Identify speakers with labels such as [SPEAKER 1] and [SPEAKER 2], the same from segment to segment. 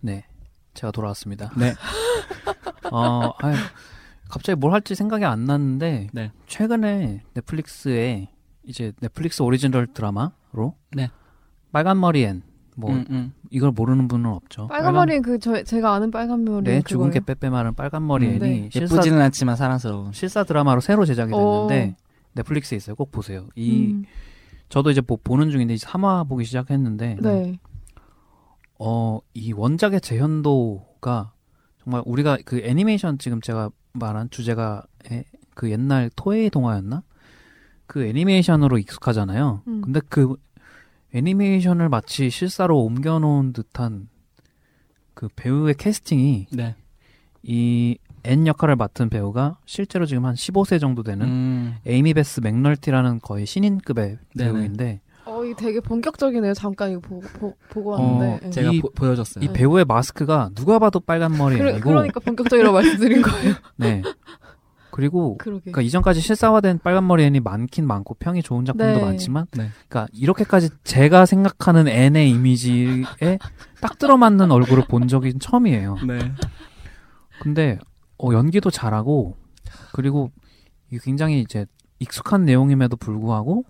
[SPEAKER 1] 네, 제가 돌아왔습니다.
[SPEAKER 2] 네.
[SPEAKER 1] 어, 아유, 갑자기 뭘 할지 생각이 안 났는데
[SPEAKER 2] 네.
[SPEAKER 1] 최근에 넷플릭스에 이제 넷플릭스 오리지널 드라마로
[SPEAKER 2] 네.
[SPEAKER 1] 빨간 머리엔 뭐
[SPEAKER 2] 음, 음.
[SPEAKER 1] 이걸 모르는 분은 없죠.
[SPEAKER 2] 빨간-
[SPEAKER 3] 빨간 머리는 그 저, 제가 아는 빨간 머리
[SPEAKER 1] 어? 네, 죽은 게 빼빼마른 빨간 머리엔이
[SPEAKER 3] 음, 네.
[SPEAKER 1] 실사
[SPEAKER 2] 예쁘지는 않지만 사랑스러운.
[SPEAKER 1] 실사 드라마로 새로 제작이
[SPEAKER 3] 어.
[SPEAKER 1] 됐는데 넷플릭스에 있어요. 꼭 보세요. 이
[SPEAKER 3] 음.
[SPEAKER 1] 저도 이제 뭐 보는 중인데 이제 3화 보기 시작했는데
[SPEAKER 3] 네.
[SPEAKER 1] 어, 이 원작의 재현도가 정말 우리가 그 애니메이션 지금 제가 말한 주제가 에- 그 옛날 토ei 동화였나? 그 애니메이션으로 익숙하잖아요.
[SPEAKER 3] 음.
[SPEAKER 1] 근데 그 애니메이션을 마치 실사로 옮겨놓은 듯한 그 배우의 캐스팅이
[SPEAKER 2] 네.
[SPEAKER 1] 이 앤 역할을 맡은 배우가 실제로 지금 한 15세 정도 되는
[SPEAKER 2] 음.
[SPEAKER 1] 에이미 베스 맥널티라는 거의 신인급의
[SPEAKER 2] 네네.
[SPEAKER 1] 배우인데
[SPEAKER 3] 어, 이 되게 본격적이네요. 잠깐 이거 보, 보, 보고
[SPEAKER 1] 어,
[SPEAKER 3] 왔는데. 예.
[SPEAKER 2] 제가
[SPEAKER 1] 이-
[SPEAKER 2] 보, 여줬어요
[SPEAKER 1] 이 배우의 마스크가 누가 봐도 빨간 머리
[SPEAKER 3] 그러,
[SPEAKER 1] 아니고
[SPEAKER 3] 그러니까 본격적이라고 말씀드린 거예요.
[SPEAKER 1] 네. 그리고
[SPEAKER 3] 그러게.
[SPEAKER 1] 그러니까 이전까지 실사화된 빨간머리 앤이 많긴 많고 평이 좋은 작품도
[SPEAKER 3] 네.
[SPEAKER 1] 많지만
[SPEAKER 2] 네.
[SPEAKER 1] 그러니까 이렇게까지 제가 생각하는 앤의 이미지에 딱 들어맞는 얼굴을 본 적이 처음이에요.
[SPEAKER 2] 네.
[SPEAKER 1] 근데 어, 연기도 잘하고 그리고 이게 굉장히 이제 익숙한 내용임에도 불구하고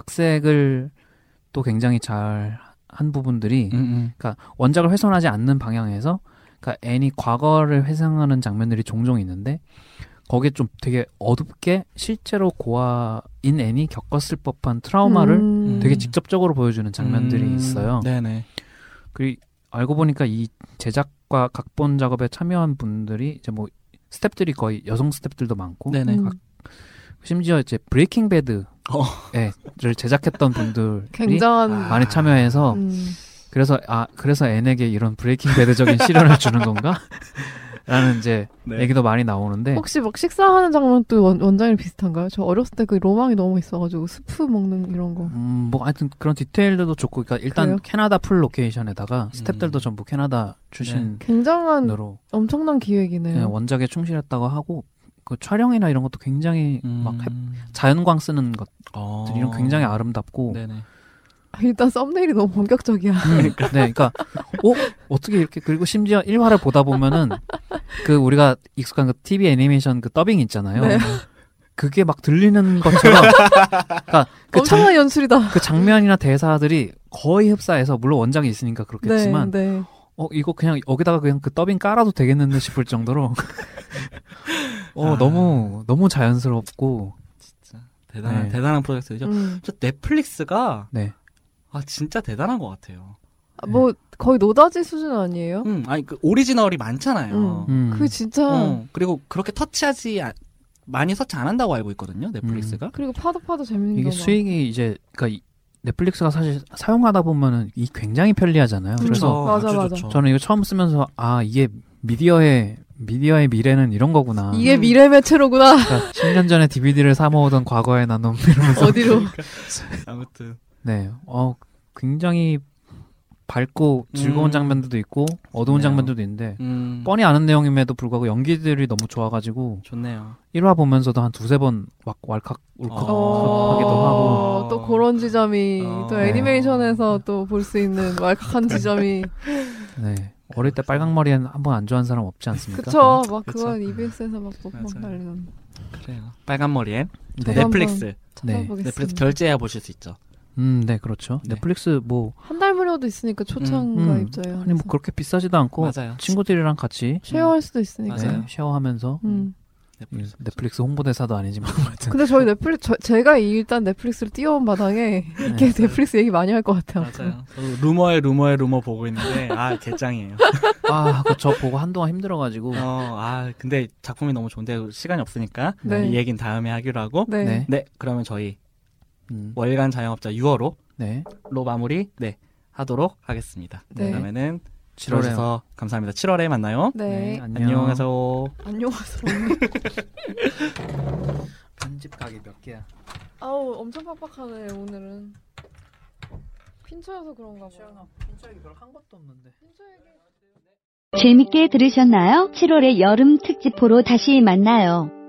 [SPEAKER 1] 각색을 또 굉장히 잘 한 부분들이
[SPEAKER 2] 음, 음.
[SPEAKER 1] 그러니까 원작을 훼손하지 않는 방향에서 그러니까 애니 과거를 회상하는 장면들이 종종 있는데 거기에 좀 되게 어둡게 실제로 고아인 애니 겪었을 법한 트라우마를
[SPEAKER 3] 음.
[SPEAKER 1] 되게 직접적으로 보여주는 장면들이
[SPEAKER 2] 음,
[SPEAKER 1] 있어요.
[SPEAKER 2] 네네.
[SPEAKER 1] 그리고 알고 보니까 이 제작과 각본 작업에 참여한 분들이 이제 뭐 스탭들이 거의 여성 스탭들도 많고
[SPEAKER 2] 네네.
[SPEAKER 3] 음.
[SPEAKER 1] 심지어 이제 브레이킹 배드를
[SPEAKER 2] 어.
[SPEAKER 1] 제작했던 분들이
[SPEAKER 3] 굉장한
[SPEAKER 2] 아,
[SPEAKER 1] 많이 참여해서
[SPEAKER 3] 음.
[SPEAKER 1] 그래서 아 그래서 N에게 이런 브레이킹 배드적인 시련을 주는 건가? 라는 이제
[SPEAKER 2] 네.
[SPEAKER 1] 얘기도 많이 나오는데
[SPEAKER 3] 혹시 막 식사하는 장면도 원, 원장이랑 비슷한가요? 저 어렸을 때 그 로망이 너무 있어가지고 스프 먹는 이런 거.
[SPEAKER 1] 음뭐 하여튼 그런 디테일들도 좋고 그러니까 일단
[SPEAKER 3] 그래요?
[SPEAKER 1] 캐나다 풀 로케이션에다가 스탭들도
[SPEAKER 2] 음. 네.
[SPEAKER 1] 전부 캐나다 출신으로
[SPEAKER 3] 굉장한 엄청난 기획이네요.
[SPEAKER 1] 예, 원작에 충실했다고 하고 그 촬영이나 이런 것도 굉장히 막 해-
[SPEAKER 2] 음.
[SPEAKER 1] 자연광 쓰는 것들이
[SPEAKER 2] 어.
[SPEAKER 1] 런 굉장히 아름답고
[SPEAKER 2] 네네.
[SPEAKER 3] 일단 썸네일이 너무 본격적이야.
[SPEAKER 1] 그러니까. 네, 그러니까 어 어떻게 이렇게 그리고 심지어 1화를 보다 보면은 그 우리가 익숙한 그 TV 애니메이션 그 더빙 있잖아요.
[SPEAKER 3] 네.
[SPEAKER 1] 그게 막 들리는 것처럼 그러니까 그, 장,
[SPEAKER 3] 엄청난 연출이다. 네,
[SPEAKER 1] 그 장면이나 대사들이 거의 흡사해서 물론 원작이 있으니까 그렇겠지만
[SPEAKER 3] 네, 네.
[SPEAKER 1] 어 이거 그냥 여기다가 그냥 그 더빙 깔아도 되겠는데 싶을 정도로 어
[SPEAKER 2] 아.
[SPEAKER 1] 너무 너무 자연스럽고
[SPEAKER 2] 대단한
[SPEAKER 1] 네.
[SPEAKER 2] 대단한 프로젝트죠.
[SPEAKER 3] 음.
[SPEAKER 2] 저 넷플릭스가
[SPEAKER 1] 네.
[SPEAKER 2] 아 진짜 대단한 것 같아요.
[SPEAKER 3] 아, 뭐 거의 노다지 수준 아니에요?
[SPEAKER 2] 음, 아니 그 오리지널이 많잖아요.
[SPEAKER 3] 음.
[SPEAKER 1] 음.
[SPEAKER 3] 그 진짜
[SPEAKER 2] 어, 그리고 그렇게 터치하지 않- 많이 터치 안 한다고 알고 있거든요. 넷플릭스가.
[SPEAKER 3] 그리고 파도 파도 재밌는
[SPEAKER 1] 이게
[SPEAKER 3] 거
[SPEAKER 1] 수익이 이제 그러니까 이- 넷플릭스가 사실 사용하다 보면은 이 굉장히 편리하잖아요.
[SPEAKER 2] 그쵸.
[SPEAKER 1] 그래서
[SPEAKER 3] 맞아,
[SPEAKER 2] 아주
[SPEAKER 3] 맞아.
[SPEAKER 2] 좋죠.
[SPEAKER 1] 저는 이거 처음 쓰면서 아 이게 미디어의 미디어의 미래는 이런 거구나.
[SPEAKER 3] 막. 이게
[SPEAKER 2] 음.
[SPEAKER 3] 미래 매체로구나.
[SPEAKER 1] 그러니까 10년 전에 DVD를 사 모으던 과거의 나눔 이러면서
[SPEAKER 3] 어디로?
[SPEAKER 2] 아무튼
[SPEAKER 1] 네, 어 굉장히 밝고 즐거운
[SPEAKER 2] 음.
[SPEAKER 1] 장면들도 있고 어두운
[SPEAKER 2] 좋네요.
[SPEAKER 1] 장면들도 있는데
[SPEAKER 2] 음,
[SPEAKER 1] 뻔히 아는 내용임에도 불구하고 연기들이 너무 좋아가지고
[SPEAKER 2] 좋네요.
[SPEAKER 1] 1화 보면서도 한 두세 번 막 왈칵 울컥
[SPEAKER 2] 어.
[SPEAKER 1] 하기도 하고
[SPEAKER 3] 어, 또 그런 지점이
[SPEAKER 2] 어.
[SPEAKER 3] 또
[SPEAKER 1] 네.
[SPEAKER 3] 애니메이션에서 또 볼 수 있는 왈칵한 지점이
[SPEAKER 1] 네 어릴 때 빨강머리엔 한 번 안 좋아한 사람 없지 않습니까?
[SPEAKER 3] 그쵸 막
[SPEAKER 2] 그쵸.
[SPEAKER 3] 그건 EBS에서 막 먹방
[SPEAKER 2] 맞아요.
[SPEAKER 3] 날리는
[SPEAKER 2] 그래요. 빨간 머리엔
[SPEAKER 1] 네,
[SPEAKER 3] 저도-
[SPEAKER 2] 넷플릭스
[SPEAKER 1] 네.
[SPEAKER 2] 넷플릭스
[SPEAKER 3] 찾아보겠습니다.
[SPEAKER 2] 결제해 보실 수 있죠.
[SPEAKER 1] 음, 네 그렇죠.
[SPEAKER 2] 네.
[SPEAKER 1] 넷플릭스 뭐
[SPEAKER 3] 한 달 무료도
[SPEAKER 1] 음,
[SPEAKER 3] 있으니까
[SPEAKER 1] 음.
[SPEAKER 3] 초창가 입자예요.
[SPEAKER 1] 아니 뭐 그렇게 비싸지도 않고
[SPEAKER 2] 맞아요.
[SPEAKER 1] 친구들이랑 같이
[SPEAKER 3] 쉐어할 수도 있으니까.
[SPEAKER 1] 네,
[SPEAKER 2] 맞아요.
[SPEAKER 1] 쉐어하면서
[SPEAKER 3] 음.
[SPEAKER 2] 넷플릭스.
[SPEAKER 1] 넷플릭스 홍보대사도 아니지만 아무튼
[SPEAKER 3] 근데 저희 넷플릭 저, 제가 이- 일단 넷플릭스를 띄워온 마당에 이게
[SPEAKER 1] 네.
[SPEAKER 3] 넷플릭스 얘기 많이 할 것 같아요.
[SPEAKER 2] 맞아요. 저도 루머에 루머에 루머 보고 있는데 아 개짱이에요.
[SPEAKER 3] 네.
[SPEAKER 1] 아, 그거 저 보고 한동안 힘들어가지고
[SPEAKER 2] 어, 아 근데 작품이 너무 좋은데 시간이 없으니까
[SPEAKER 3] 네.
[SPEAKER 2] 이 얘긴 다음에 하기로 하고
[SPEAKER 3] 네.
[SPEAKER 1] 네.
[SPEAKER 2] 네 그러면 저희
[SPEAKER 1] 음,
[SPEAKER 2] 월간 자영업자 6월호로
[SPEAKER 1] 네
[SPEAKER 2] 마무리 네 하도록 하겠습니다.
[SPEAKER 3] 네.
[SPEAKER 2] 그러면은
[SPEAKER 1] 7월에
[SPEAKER 2] 들어주셔서 감사합니다. 7월에 만나요.
[SPEAKER 3] 네.
[SPEAKER 2] 안녕하세요.
[SPEAKER 3] 안녕하세요.
[SPEAKER 1] 편집 가게 몇 개야?
[SPEAKER 3] 아우 엄청 빡빡하네 오늘은. 핀처여서 그런가 봐요.
[SPEAKER 1] 편집이 아, 별로 한 것도 없는데.
[SPEAKER 3] 핀처 얘기.
[SPEAKER 4] 재밌게 들으셨나요? 7월의 여름 특집포로 다시 만나요.